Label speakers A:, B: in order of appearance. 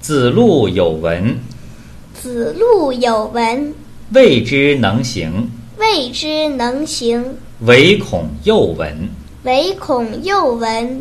A: 子路有闻，
B: 子路有闻，
A: 未之能行，
B: 未之能行，
A: 唯恐又闻。
B: 唯恐又闻。